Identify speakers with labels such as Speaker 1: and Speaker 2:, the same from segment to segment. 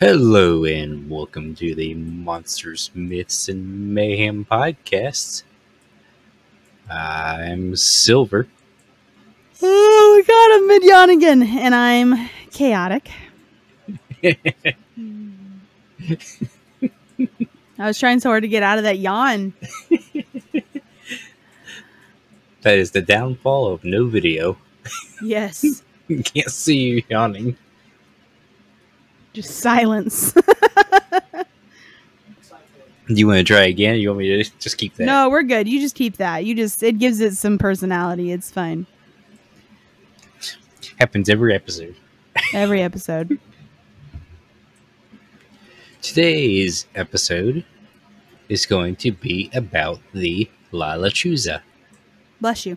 Speaker 1: Hello and welcome to the Monsters, Myths, and Mayhem podcast. I'm Silver.
Speaker 2: Oh my god, I'm mid yawn again, and I'm chaotic. I was trying so hard to get out of that yawn.
Speaker 1: That is the downfall of no video.
Speaker 2: Yes,
Speaker 1: You Can't see you yawning.
Speaker 2: just silence.
Speaker 1: Do you want to try again? Or you want me to just keep that?
Speaker 2: no, we're good. You just keep that. You just it gives it some personality. It's fine.
Speaker 1: Happens every episode.
Speaker 2: Every episode.
Speaker 1: Today's episode is going to be about the Lala Chusa.
Speaker 2: Bless you.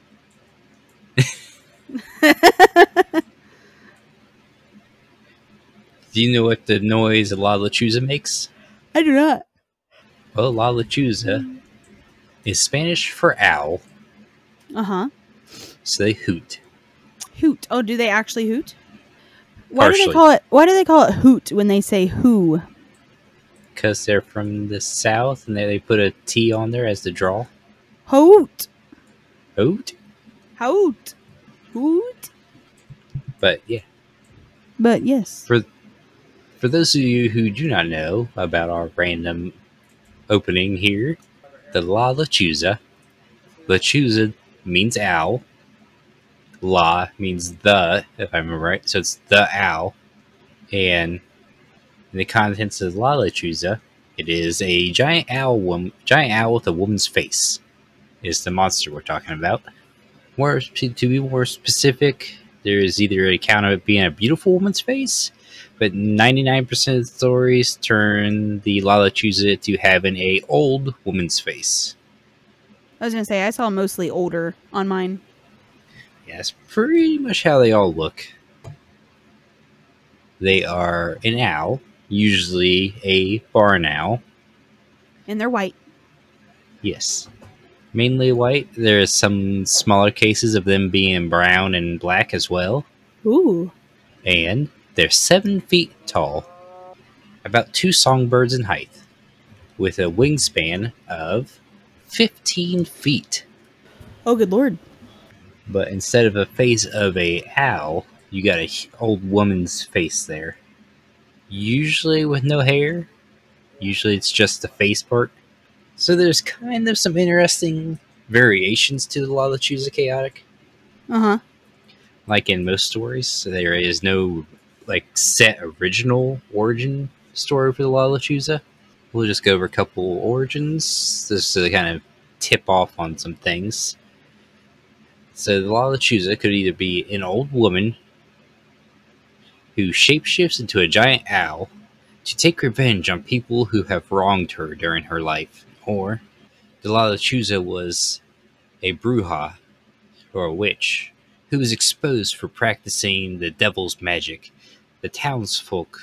Speaker 1: Do you know what the noise Lala Chusa makes?
Speaker 2: I do not.
Speaker 1: Well, Lala Chusa is Spanish for owl,
Speaker 2: Uh huh.
Speaker 1: so they hoot.
Speaker 2: Hoot. Oh, do they actually hoot? Why do
Speaker 1: Partially.
Speaker 2: they call it? Why do they call it hoot when they say who?
Speaker 1: because they're from the south and they, they put a T on there as the draw. Oh,
Speaker 2: Hoot.
Speaker 1: Oat?
Speaker 2: Hoot. Hoot.
Speaker 1: But yeah,
Speaker 2: But yes.
Speaker 1: for those of you who do not know about our random opening here, the La Lechuza. Lechuza means owl. La means the, if I remember right. So it's the owl. And in the contents of La Lechuza, it is a giant owl, wom- giant owl with a woman's face. Is the monster we're talking about? More to to be more specific, there is either an account of it being a beautiful woman's face, but 99% of stories turn the Lala Chusa to having a old woman's face.
Speaker 2: I was gonna say I saw mostly older on mine.
Speaker 1: Yeah, that's pretty much how they all look. They are an owl, usually a barn owl.
Speaker 2: and they're white.
Speaker 1: Yes. Mainly white. There is some smaller cases of them being brown and black as well.
Speaker 2: Ooh.
Speaker 1: and they're seven feet tall, about two songbirds in height, with a wingspan of 15 feet.
Speaker 2: Oh, good lord.
Speaker 1: But instead of a face of a owl, you got a h- old woman's face there. Usually with no hair. Usually it's just the face part. So there's kind of some interesting variations to the Lala Chusa Chaotic.
Speaker 2: Uh huh.
Speaker 1: like in most stories, there is no like set original origin story for the Lala Chusa. We'll just go over a couple origins just to kind of tip off on some things. So the Lala Chusa could either be an old woman who shapeshifts into a giant owl to take revenge on people who have wronged her during her life, or the Lala Chusa was a bruja or a witch who was exposed for practicing the devil's magic. The townsfolk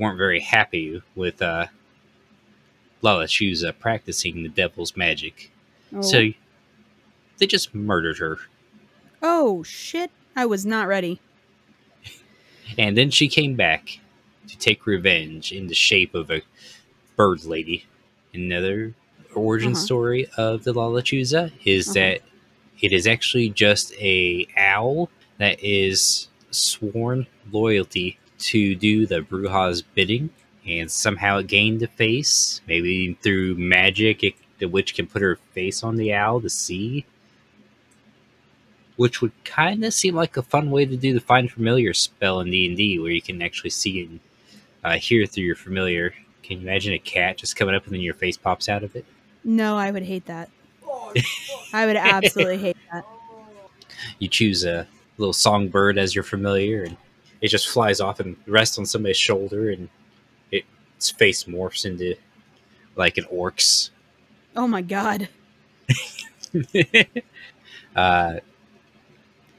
Speaker 1: weren't very happy with uh, Lala Chusa practicing the devil's magic,
Speaker 2: Oh.
Speaker 1: so they just murdered her.
Speaker 2: oh shit! I was not ready.
Speaker 1: And then she came back to take revenge in the shape of a bird lady. Another origin
Speaker 2: Uh-huh.
Speaker 1: story of the Lalachusa is
Speaker 2: Uh-huh.
Speaker 1: that it is actually just a owl that is sworn loyalty to do the Bruja's bidding, and somehow it gained a face. Maybe through magic, it, the witch can put her face on the owl to see. Which would kind of seem like a fun way to do the find familiar spell in D and D, where you can actually see and uh, hear through your familiar. Can you imagine a cat just coming up and then your face pops out of it?
Speaker 2: No, I would hate that. I would absolutely hate that.
Speaker 1: you choose a little songbird as your familiar, and it just flies off and rests on somebody's shoulder, and it, its face morphs into like an orc's.
Speaker 2: Oh my god.
Speaker 1: uh,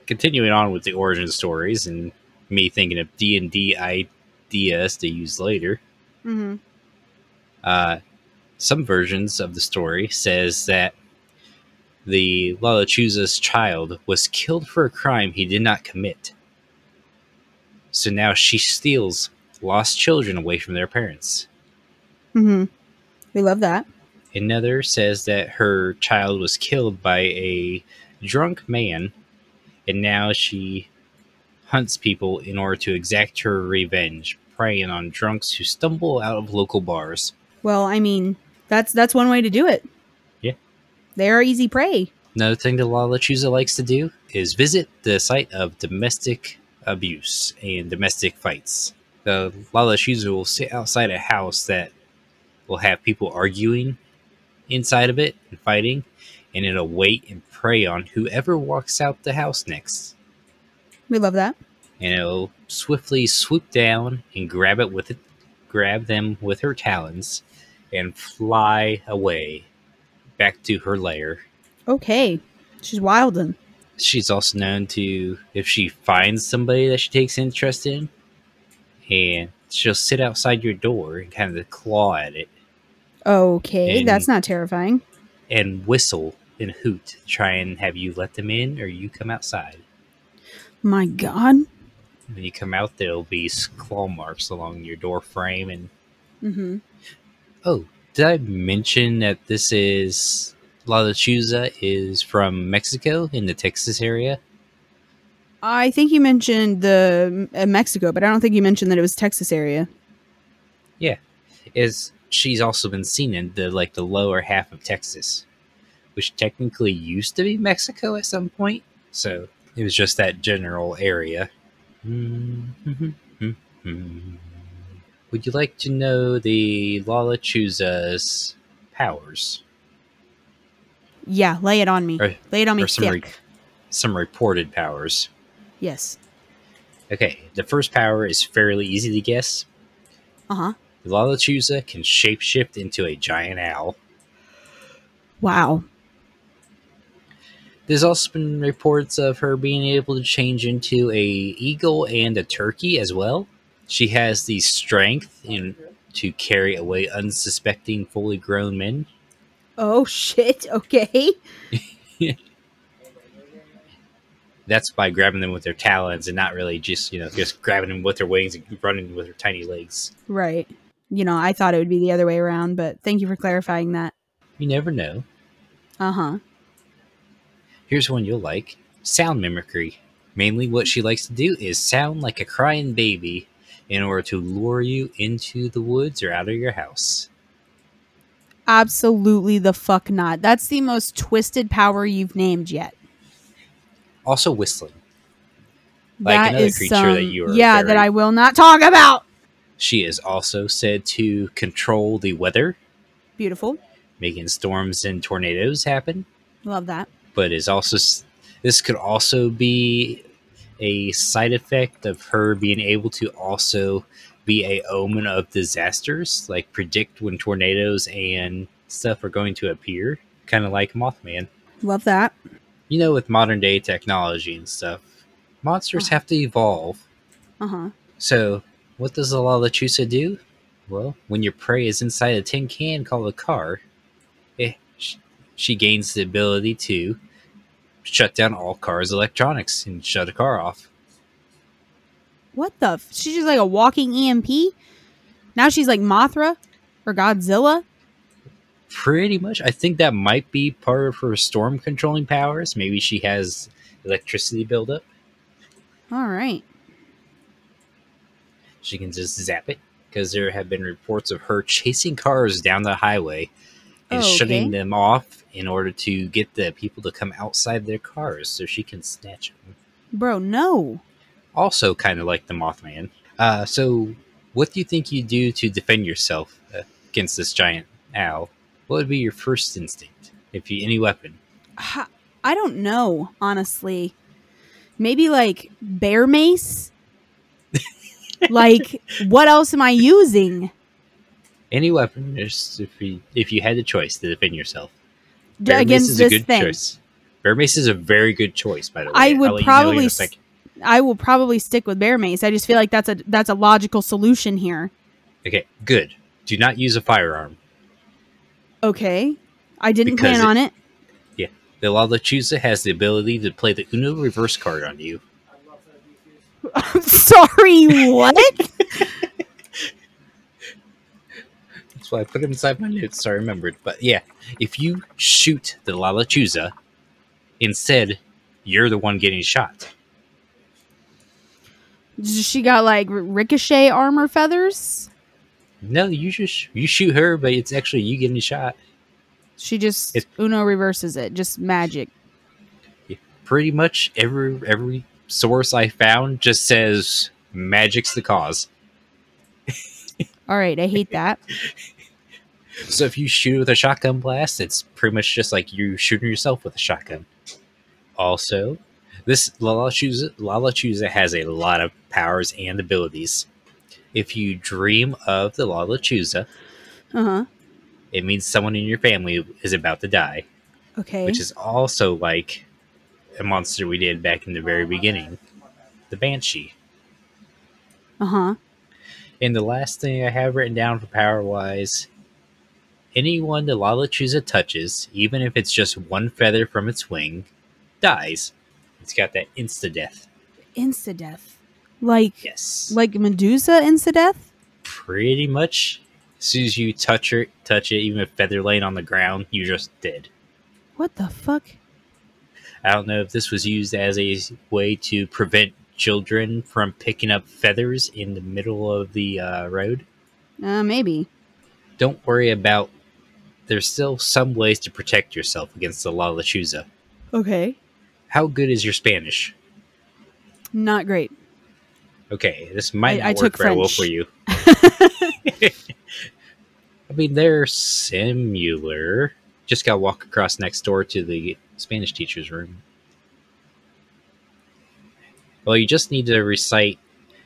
Speaker 1: continuing on with the origin stories and me thinking of D and D ideas to use later.
Speaker 2: Mm-hmm.
Speaker 1: uh, some versions of the story says that the Lalachuza's child was killed for a crime he did not commit. So now she steals lost children away from their parents.
Speaker 2: Mm-hmm. We love that.
Speaker 1: Another says that her child was killed by a drunk man, and now she hunts people in order to exact her revenge, preying on drunks who stumble out of local bars.
Speaker 2: Well, I mean, that's that's one way to do it.
Speaker 1: Yeah.
Speaker 2: They are easy prey.
Speaker 1: Another thing that Lala Chusa likes to do is visit the site of domestic abuse and domestic fights. The Lala Chusa will sit outside a house that will have people arguing inside of it and fighting, and it'll wait and prey on whoever walks out the house next.
Speaker 2: We love that.
Speaker 1: And it'll swiftly swoop down and grab it with it, grab them with her talons, and fly away back to her lair.
Speaker 2: Okay. She's wildin'.
Speaker 1: She's also known to, if she finds somebody that she takes interest in, and she'll sit outside your door and kind of claw at it
Speaker 2: Okay,
Speaker 1: And-
Speaker 2: that's not terrifying.
Speaker 1: and whistle and hoot, try and have you let them in or you come outside.
Speaker 2: My God.
Speaker 1: When you come out, there'll be s- claw marks along your door frame. And
Speaker 2: Mm-hmm.
Speaker 1: oh, did I mention that this is La Lechuza is from Mexico in the Texas area?
Speaker 2: I think you mentioned the uh, Mexico, but I don't think you mentioned that it was Texas area.
Speaker 1: Is she's also been seen in the like the lower half of Texas, which technically used to be Mexico at some point. So it was just that general area. Mm-hmm. Would you like to know the Lala Chuza's powers?
Speaker 2: Yeah, lay it on me.
Speaker 1: Or-
Speaker 2: lay it on me
Speaker 1: or some, re-
Speaker 2: thick.
Speaker 1: some reported powers.
Speaker 2: yes.
Speaker 1: Okay, the first power is fairly easy to guess.
Speaker 2: Uh huh.
Speaker 1: Lalachusa can shapeshift into a giant owl.
Speaker 2: Wow.
Speaker 1: There's also been reports of her being able to change into a eagle and a turkey as well. She has the strength in, to carry away unsuspecting fully grown men.
Speaker 2: Oh shit. Okay.
Speaker 1: That's by grabbing them with their talons and not really just, you know, just grabbing them with their wings and running with her tiny legs.
Speaker 2: Right. You know, I thought it would be the other way around, but thank you for clarifying that.
Speaker 1: You never know.
Speaker 2: Uh huh.
Speaker 1: Here's one you'll like sound mimicry. Mainly, what she likes to do is sound like a crying baby in order to lure you into the woods or out of your house.
Speaker 2: Absolutely the fuck not. That's the most twisted power you've named yet.
Speaker 1: Also, whistling. Like another creature that you are
Speaker 2: yeah, that
Speaker 1: very-
Speaker 2: I will not talk about.
Speaker 1: She is also said to control the weather,
Speaker 2: Beautiful.
Speaker 1: making storms and tornadoes happen,
Speaker 2: Love that.
Speaker 1: but is also s- this could also be a side effect of her being able to also be a omen of disasters, like predict when tornadoes and stuff are going to appear, kind of like Mothman.
Speaker 2: Love that.
Speaker 1: You know, with modern day technology and stuff, monsters
Speaker 2: Uh-huh.
Speaker 1: have to evolve.
Speaker 2: Uh huh.
Speaker 1: So, what does the La Lechusa do? Well, when your prey is inside a tin can called a car, eh, sh- she gains the ability to shut down all cars' electronics and shut a car off.
Speaker 2: What the? F- she's just like a walking EMP. Now she's like Mothra or Godzilla.
Speaker 1: Pretty much, I think that might be part of her storm controlling powers. Maybe she has electricity buildup.
Speaker 2: All right.
Speaker 1: She can just zap it because there have been reports of her chasing cars down the highway and
Speaker 2: Oh,
Speaker 1: shutting
Speaker 2: okay.
Speaker 1: them off in order to get the people to come outside their cars so she can snatch them.
Speaker 2: Bro, no.
Speaker 1: Also, kind of like the Mothman. Uh, so, what do you think you do to defend yourself uh, against this giant owl? What would be your first instinct if you any weapon?
Speaker 2: Ha- I don't know, honestly. Maybe like bear mace? like, what else am I using?
Speaker 1: Any weapon, just if you if you had the choice to defend yourself.
Speaker 2: d-
Speaker 1: Bear mace
Speaker 2: against
Speaker 1: is a
Speaker 2: this
Speaker 1: good
Speaker 2: thing?
Speaker 1: choice. Bear mace is a very good choice, by the way.
Speaker 2: I would
Speaker 1: I'll let you know in a
Speaker 2: probably s-
Speaker 1: second.
Speaker 2: I will probably stick with bear mace. I just feel like that's a that's a logical solution here.
Speaker 1: Okay, good. Do not use a firearm.
Speaker 2: Okay. I didn't
Speaker 1: Because
Speaker 2: plan
Speaker 1: it-
Speaker 2: on it.
Speaker 1: The Lalachusa has the ability to play the Uno reverse card on you.
Speaker 2: I'm sorry, what?
Speaker 1: That's why I put it inside my notes so I remembered. But yeah, if you shoot the Lalachusa, instead, you're the one getting shot.
Speaker 2: She got like r- ricochet armor feathers.
Speaker 1: No, you just you shoot her, but it's actually you getting shot.
Speaker 2: She just
Speaker 1: It-
Speaker 2: Uno reverses it. Just magic.
Speaker 1: Pretty much every every source I found just says magic's the cause.
Speaker 2: All right, I hate that.
Speaker 1: So if you shoot with a shotgun blast, it's pretty much just like you shooting yourself with a shotgun. Also, this Lala Chusa, Lala Chusa has a lot of powers and abilities. If you dream of the Lala Chusa,
Speaker 2: Uh huh.
Speaker 1: it means someone in your family is about to die,
Speaker 2: Okay.
Speaker 1: which is also like a monster we did back in the very beginning, the Banshee.
Speaker 2: uh huh.
Speaker 1: And the last thing I have written down for power wise anyone the Lala Chusa touches, even if it's just one feather from its wing, dies. It's got that insta death.
Speaker 2: Insta death. Like
Speaker 1: Yes.
Speaker 2: like Medusa insta death.
Speaker 1: Pretty much. As soon as you touch her, touch it, even a feather laying on the ground, you're just dead.
Speaker 2: What the fuck?
Speaker 1: I don't know if this was used as a way to prevent children from picking up feathers in the middle of the uh, road.
Speaker 2: Uh, maybe.
Speaker 1: Don't worry about. There's still some ways to protect yourself against the Lala Chusa.
Speaker 2: Okay.
Speaker 1: How good is your Spanish?
Speaker 2: Not great.
Speaker 1: Okay, this might
Speaker 2: I-
Speaker 1: not
Speaker 2: I
Speaker 1: work
Speaker 2: took
Speaker 1: very well
Speaker 2: French.
Speaker 1: for you. I mean, they're similar. Just got to walk across next door to the Spanish teacher's room. Well, you just need to recite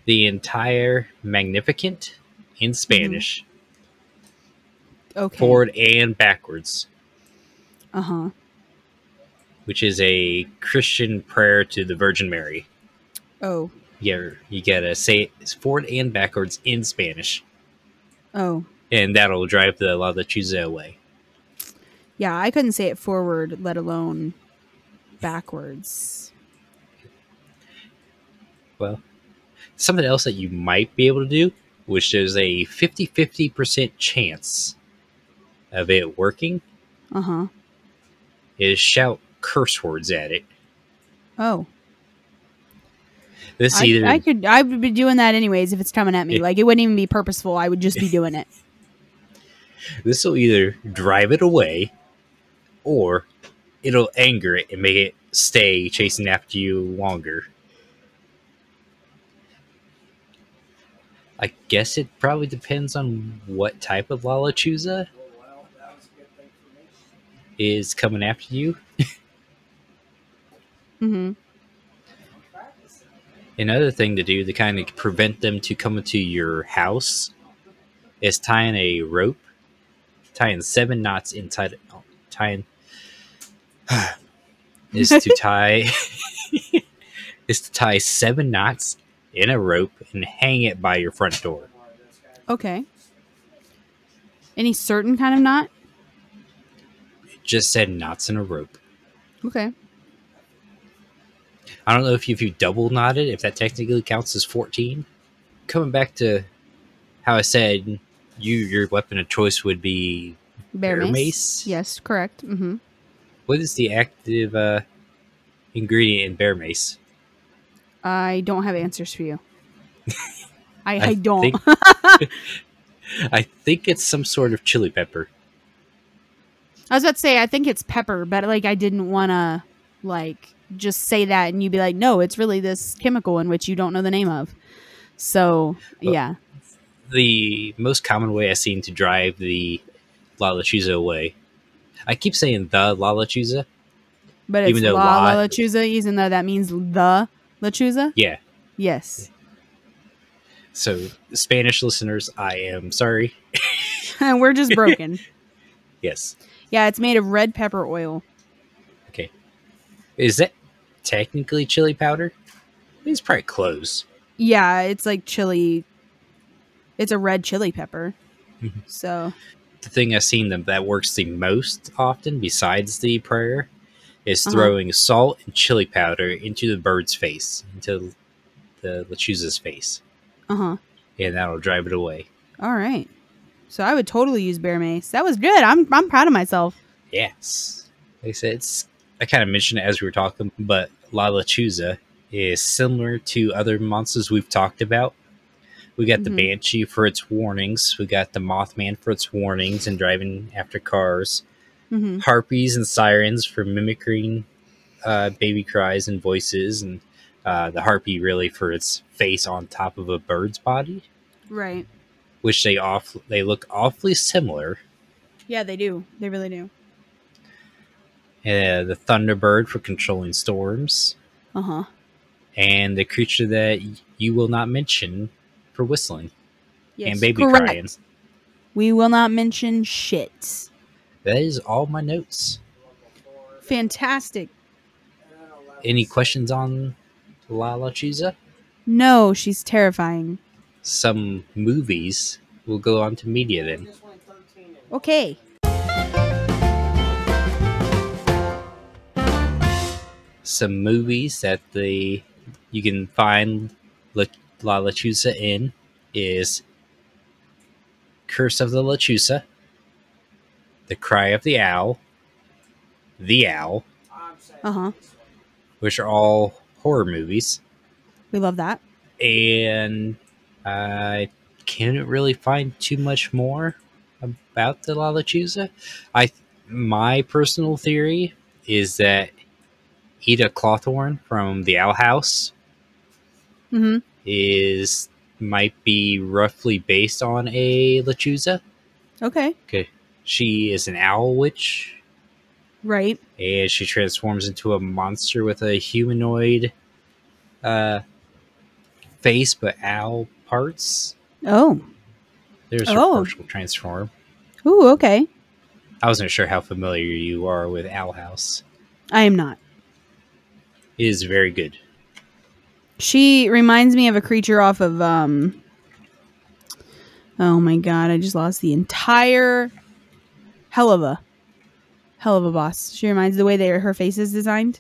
Speaker 1: the entire Magnificent in Spanish,
Speaker 2: Mm-hmm. Okay.
Speaker 1: forward and backwards,
Speaker 2: Uh huh.
Speaker 1: which is a Christian prayer to the Virgin Mary.
Speaker 2: Oh.
Speaker 1: You gotta, you gotta say it forward and backwards in Spanish.
Speaker 2: Oh.
Speaker 1: and that'll drive the La Lechuza away.
Speaker 2: Yeah, I couldn't say it forward, let alone backwards.
Speaker 1: Well, something else that you might be able to do, which is a 50 50% chance of it working,
Speaker 2: Uh huh.
Speaker 1: is shout curse words at it.
Speaker 2: Oh.
Speaker 1: This
Speaker 2: I,
Speaker 1: either.
Speaker 2: I could I would be doing that anyways if it's coming at me.
Speaker 1: Yeah.
Speaker 2: Like it wouldn't even be purposeful. I would just be doing it.
Speaker 1: This will either drive it away, or it'll anger it and make it stay chasing after you longer. I guess it probably depends on what type of Lalachusa is coming after you.
Speaker 2: Mm-hmm.
Speaker 1: Another thing to do to kind of prevent them to come into your house is tying a rope, tying seven knots inside. oh, Tying is to tie is to tie seven knots in a rope and hang it by your front door.
Speaker 2: Okay. Any certain kind of knot?
Speaker 1: It just said knots in a rope.
Speaker 2: Okay.
Speaker 1: I don't know if you, if you double knotted, if that technically counts as 14. Coming back to how I said you your weapon of choice would be
Speaker 2: Bear,
Speaker 1: Bear
Speaker 2: mace.
Speaker 1: mace?
Speaker 2: Yes, correct. Mm-hmm.
Speaker 1: what is the active uh, ingredient in bear mace?
Speaker 2: I don't have answers for you. I, I,
Speaker 1: I
Speaker 2: don't.
Speaker 1: think- I think it's some sort of chili pepper.
Speaker 2: I was about to say I think it's pepper, but like I didn't want to like just say that and you'd be like, no, it's really this chemical in which you don't know the name of. So
Speaker 1: Well-
Speaker 2: yeah.
Speaker 1: The most common way I've seen to drive the Lalachusa away. I keep saying the Lalachusa.
Speaker 2: But it's
Speaker 1: even though
Speaker 2: La La
Speaker 1: lot-
Speaker 2: Lechuza, even though that means the Lechuza.
Speaker 1: Yeah.
Speaker 2: Yes.
Speaker 1: So, Spanish listeners, I am sorry.
Speaker 2: We're just broken.
Speaker 1: Yes.
Speaker 2: yeah, it's made of red pepper oil.
Speaker 1: Is that technically chili powder? It's probably close.
Speaker 2: Yeah, it's like chili. It's a red chili pepper.
Speaker 1: Mhm.
Speaker 2: So
Speaker 1: the thing I've seen them that works the most often, besides the prayer, is
Speaker 2: Uh-huh.
Speaker 1: throwing salt and chili powder into the bird's face, into the lechuza's face,
Speaker 2: uh huh.
Speaker 1: and that'll drive it away.
Speaker 2: All right. So I would totally use bear mace. That was good. I'm I'm proud of myself.
Speaker 1: Yes. Like I said, it's, I kind of mentioned it as we were talking, but La Lechuza is similar to other monsters we've talked about. We got
Speaker 2: Mhm.
Speaker 1: the Banshee for its warnings. We got the Mothman for its warnings and driving after cars.
Speaker 2: hmm
Speaker 1: Harpies and sirens for mimicking uh, baby cries and voices. And uh, the harpy really for its face on top of a bird's body,
Speaker 2: Right.
Speaker 1: which they off they look awfully similar.
Speaker 2: Yeah, they do. They really do.
Speaker 1: Uh, the Thunderbird for controlling storms.
Speaker 2: Uh huh.
Speaker 1: and the creature that y- you will not mention for whistling
Speaker 2: Yes.
Speaker 1: and baby
Speaker 2: Correct.
Speaker 1: crying.
Speaker 2: We will not mention shit.
Speaker 1: That is all my notes.
Speaker 2: Fantastic.
Speaker 1: Any questions on La La Chusa?
Speaker 2: No, she's terrifying.
Speaker 1: Some movies. We'll go on to media then.
Speaker 2: Okay.
Speaker 1: Some movies that the you can find La La Chusa in is Curse of the La Chusa, The Cry of the Owl, The Owl,
Speaker 2: Uh huh.
Speaker 1: which are all horror movies.
Speaker 2: We love that.
Speaker 1: and I can't really find too much more about the Lalachusa. I my personal theory is that Ida Clawthorne from the Owl House
Speaker 2: Mm-hmm.
Speaker 1: is might be roughly based on a Lachusa.
Speaker 2: Okay.
Speaker 1: Okay, she is an owl witch,
Speaker 2: Right.
Speaker 1: and she transforms into a monster with a humanoid uh, face but owl parts.
Speaker 2: Oh.
Speaker 1: There's her
Speaker 2: Oh.
Speaker 1: partial transform.
Speaker 2: Ooh. Okay.
Speaker 1: I wasn't sure how familiar you are with Owl House.
Speaker 2: I am not.
Speaker 1: It is very good.
Speaker 2: She reminds me of a creature off of um Oh my god, I just lost the entire hell of a hell of a boss. She reminds the way that her face is designed.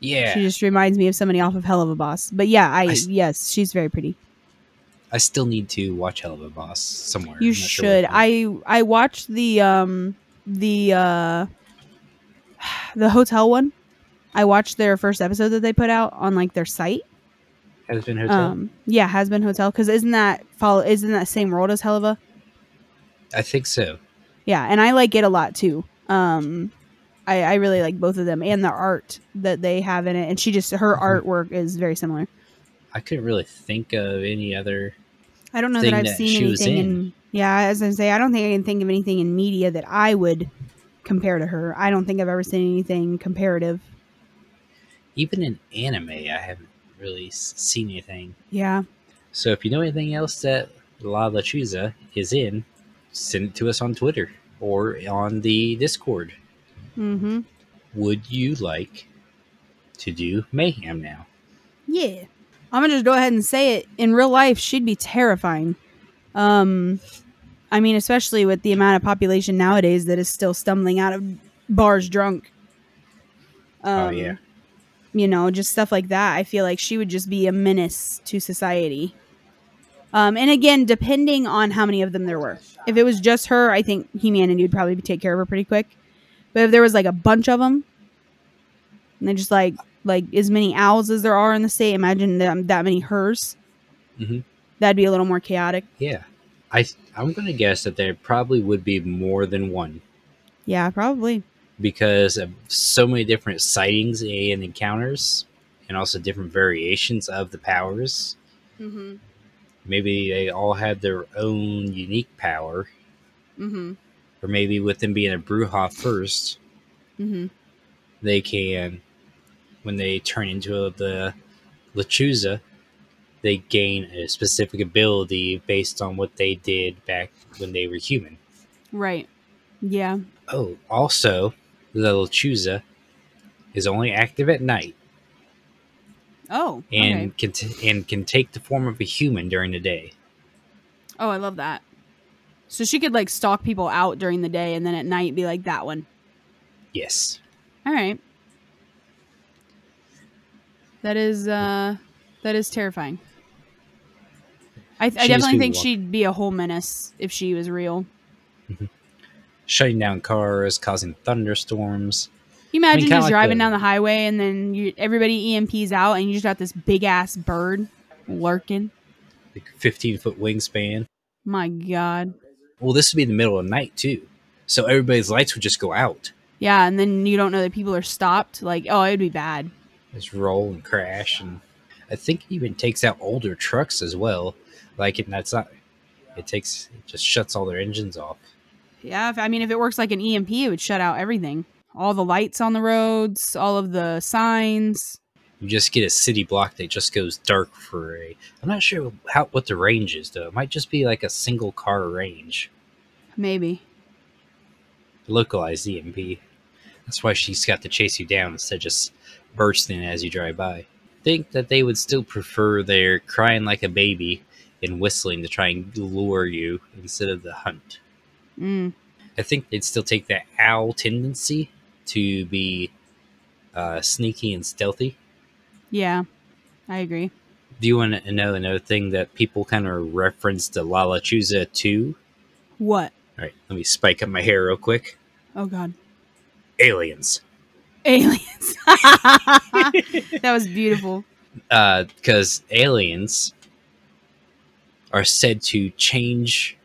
Speaker 1: Yeah,
Speaker 2: She just reminds me of somebody off of Hell of a Boss. But yeah, I,
Speaker 1: I s-
Speaker 2: yes, she's very pretty.
Speaker 1: I still need to watch Hell of a Boss somewhere.
Speaker 2: You
Speaker 1: I'm not sure where it
Speaker 2: should.
Speaker 1: is.
Speaker 2: I I watched the um the uh the hotel one. I watched their first episode that they put out on like their site.
Speaker 1: has been hotel.
Speaker 2: Um yeah, has been hotel cuz isn't that follow isn't that same world as Hell of a?
Speaker 1: I think so.
Speaker 2: Yeah, and I like it a lot too. Um, I, I really like both of them and the art that they have in it. And she just her
Speaker 1: Mhm.
Speaker 2: artwork is very similar.
Speaker 1: I couldn't really think of any other.
Speaker 2: I don't know
Speaker 1: Thing
Speaker 2: that I've
Speaker 1: that
Speaker 2: seen
Speaker 1: she was
Speaker 2: anything in.
Speaker 1: in.
Speaker 2: Yeah, as I say, I don't think I can think of anything in media that I would compare to her. I don't think I've ever seen anything comparative.
Speaker 1: Even in anime, I haven't really s- seen anything.
Speaker 2: Yeah,
Speaker 1: So if you know anything else that La Lachuza is in, send it to us on Twitter or on the Discord.
Speaker 2: mm-hmm.
Speaker 1: Would you like to do Mayhem now?
Speaker 2: yeah. I'm gonna just go ahead and say it. In real life, she'd be terrifying. Um, I mean, especially with the amount of population nowadays that is still stumbling out of bars drunk. Um,
Speaker 1: oh yeah.
Speaker 2: you know, just stuff like that. I feel like she would just be a menace to society. Um, and again, depending on how many of them there were. If it was just her, I think humanity would probably take care of her pretty quick. But if there was like a bunch of them, and then just like like as many owls as there are in the state, imagine them, that many hers.
Speaker 1: Mhm.
Speaker 2: That'd be a little more chaotic.
Speaker 1: Yeah, I th- I'm gonna guess that there probably would be more than one
Speaker 2: Yeah, probably.
Speaker 1: because of so many different sightings and encounters, and also different variations of the powers.
Speaker 2: Mm-hmm.
Speaker 1: Maybe they all have their own unique power,
Speaker 2: Mm-hmm.
Speaker 1: or maybe with them being a Bruja first,
Speaker 2: Mm-hmm.
Speaker 1: they can, when they turn into the Lechuza, they gain a specific ability based on what they did back when they were human.
Speaker 2: Right. Yeah.
Speaker 1: Oh, also, the Lechuza is only active at night
Speaker 2: Oh.
Speaker 1: and can t- and can take the form of a human during the day.
Speaker 2: Oh, I love that. So she could like stalk people out during the day and then at night be like that one.
Speaker 1: Yes,
Speaker 2: All right. That is uh that is terrifying. I, th- I
Speaker 1: She's
Speaker 2: definitely
Speaker 1: who
Speaker 2: think
Speaker 1: wa-
Speaker 2: she'd be a whole menace if she was real.
Speaker 1: shutting down cars, causing thunderstorms.
Speaker 2: You imagine
Speaker 1: kinda
Speaker 2: just
Speaker 1: like
Speaker 2: driving
Speaker 1: the-
Speaker 2: down the highway and then you, everybody EMPs out and you just got this big ass bird lurking.
Speaker 1: Like 15 foot wingspan.
Speaker 2: My God.
Speaker 1: Well, this would be in the middle of night too, so everybody's lights would just go out,
Speaker 2: Yeah, and then you don't know that people are stopped. Like, oh, it'd be bad.
Speaker 1: just roll and crash, and I think it even takes out older trucks as well. Like, and that's not. It takes it just shuts all their engines off.
Speaker 2: Yeah, if, I mean, if it works like an EMP, it would shut out everything. All the lights on the roads, all of the signs.
Speaker 1: You just get a city block that just goes dark for a. I'm not sure how what the range is though. It might just be like a single car range.
Speaker 2: Maybe.
Speaker 1: Localized EMP. That's why she's got to chase you down instead of just bursting as you drive by. Think that they would still prefer their crying like a baby and whistling to try and lure you instead of the hunt.
Speaker 2: Mm.
Speaker 1: I think they'd still take that owl tendency to be uh, sneaky and stealthy.
Speaker 2: Yeah, I agree.
Speaker 1: Do you want to know another thing that people kind of reference to Lala Chusa too?
Speaker 2: What?
Speaker 1: All right, let me spike up my hair real quick.
Speaker 2: Oh, God.
Speaker 1: Aliens.
Speaker 2: Aliens. that was beautiful.
Speaker 1: Because Uh, aliens are said to change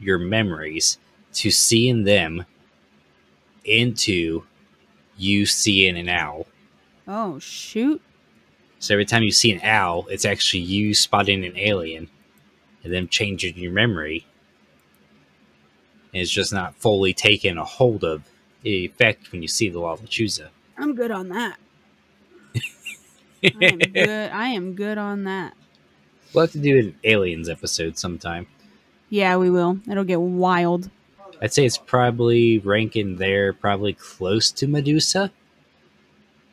Speaker 1: your memories to seeing them into you seeing an owl.
Speaker 2: Oh, shoot.
Speaker 1: So every time you see an owl, it's actually you spotting an alien and then changing your memory. And it's just not fully taken a hold of the effect when you see the Lalachusa.
Speaker 2: I'm good on that. I am good. I am good on that.
Speaker 1: we'll have to do an aliens episode sometime.
Speaker 2: Yeah, we will. It'll get wild.
Speaker 1: I'd say it's probably ranking there, probably close to Medusa,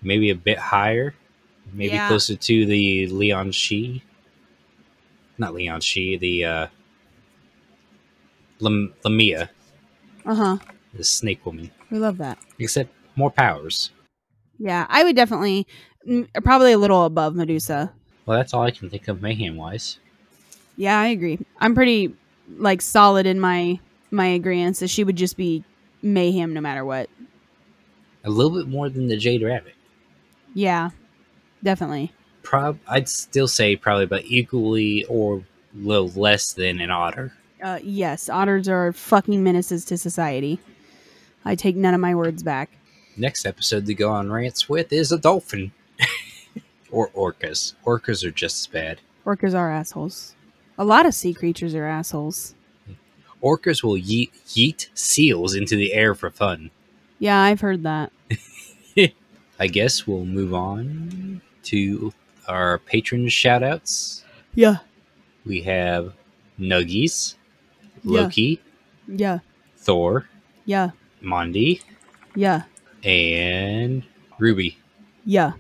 Speaker 1: maybe a bit higher, maybe
Speaker 2: Yeah.
Speaker 1: closer to the Leon Shi. Not Leon Shi, the uh, Lam- Lamia,
Speaker 2: Uh huh.
Speaker 1: the snake woman.
Speaker 2: We love that.
Speaker 1: except more powers.
Speaker 2: Yeah, I would definitely, mm, probably a little above Medusa.
Speaker 1: Well, that's all I can think of mayhem wise.
Speaker 2: Yeah, I agree. I'm pretty like solid in my my agreement that she would just be mayhem no matter what.
Speaker 1: A little bit more than the Jade Rabbit.
Speaker 2: Yeah, definitely.
Speaker 1: Prob, I'd still say probably about equally or a little less than an otter.
Speaker 2: Uh, yes, otters are fucking menaces to society. I take none of my words back.
Speaker 1: Next episode to go on rants with is a dolphin, or orcas. Orcas are just as bad.
Speaker 2: Orcas are assholes. A lot of sea creatures are assholes.
Speaker 1: Orcas will yeet, yeet seals into the air for fun.
Speaker 2: Yeah, I've heard that.
Speaker 1: I guess we'll move on to our patron shoutouts.
Speaker 2: Yeah,
Speaker 1: We have Nuggies,
Speaker 2: Yeah.
Speaker 1: Loki,
Speaker 2: yeah,
Speaker 1: Thor,
Speaker 2: yeah,
Speaker 1: Mondi,
Speaker 2: yeah,
Speaker 1: and Ruby.
Speaker 2: yeah.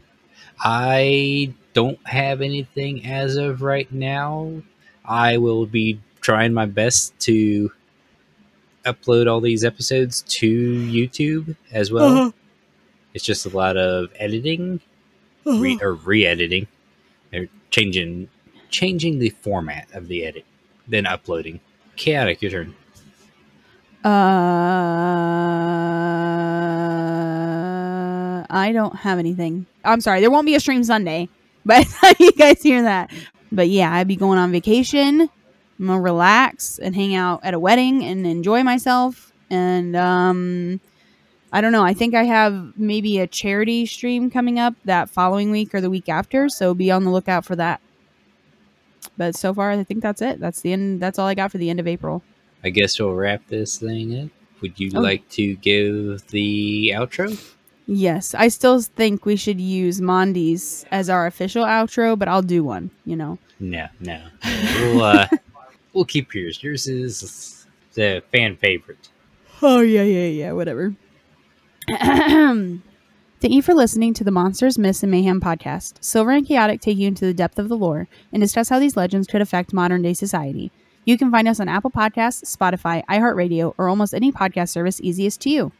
Speaker 1: I don't have anything as of right now. I will be trying my best to upload all these episodes to YouTube as well.
Speaker 2: Uh-huh.
Speaker 1: It's just a lot of editing
Speaker 2: Uh-huh.
Speaker 1: re- or re-editing, or changing changing the format of the edit, then uploading. Chaotic, your turn.
Speaker 2: Uh, I don't have anything. I'm sorry, there won't be a stream Sunday. By the time you guys hear that, but yeah, I'd be going on vacation. I'm gonna relax and hang out at a wedding and enjoy myself. And um, I don't know. I think I have maybe a charity stream coming up that following week or the week after. So be on the lookout for that. But so far, I think that's it. That's the end. That's all I got for the end of April.
Speaker 1: I guess we'll wrap this thing up. Would you
Speaker 2: Oh.
Speaker 1: like to give the outro?
Speaker 2: Yes, I still think we should use Mondi's as our official outro, but I'll do one, you know.
Speaker 1: No, no. We'll, uh, we'll keep yours. Yours is the fan favorite.
Speaker 2: Oh, yeah, yeah, yeah, whatever. Thank you for listening to the Monsters, Myths, and Mayhem podcast. Silver and Chaotic take you into the depth of the lore and discuss how these legends could affect modern day society. You can find us on Apple Podcasts, Spotify, iHeartRadio, or almost any podcast service easiest to you.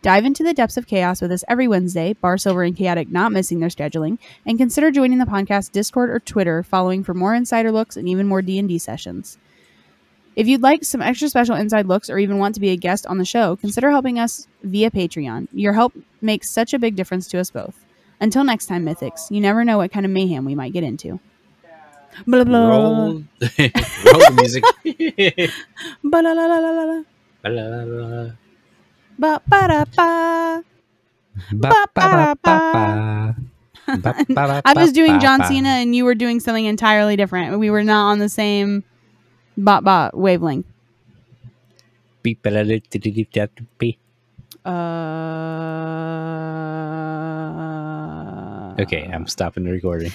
Speaker 2: Dive into the depths of chaos with us every Wednesday, Bar Silver and Chaotic not missing their scheduling, and consider joining the podcast Discord or Twitter following for more insider looks and even more D&D sessions. If you'd like some extra special inside looks or even want to be a guest on the show, consider helping us via Patreon. Your help makes such a big difference to us both. Until next time, Mythics, you never know what kind of mayhem we might get into. Blah, blah, blah, blah,
Speaker 1: Roll, roll the music.
Speaker 2: blah, blah, blah, blah, blah, blah.
Speaker 1: Ba-la-la-la-la.
Speaker 2: Ba ba da ba.
Speaker 1: Ba-ba-ba-ba-ba. Ba-ba-ba-ba-ba.
Speaker 2: I was doing John Cena and you were doing something entirely different. We were not on the same bot bot wavelength.
Speaker 1: Okay,
Speaker 2: Uh Uh,
Speaker 1: I'm stopping the recording.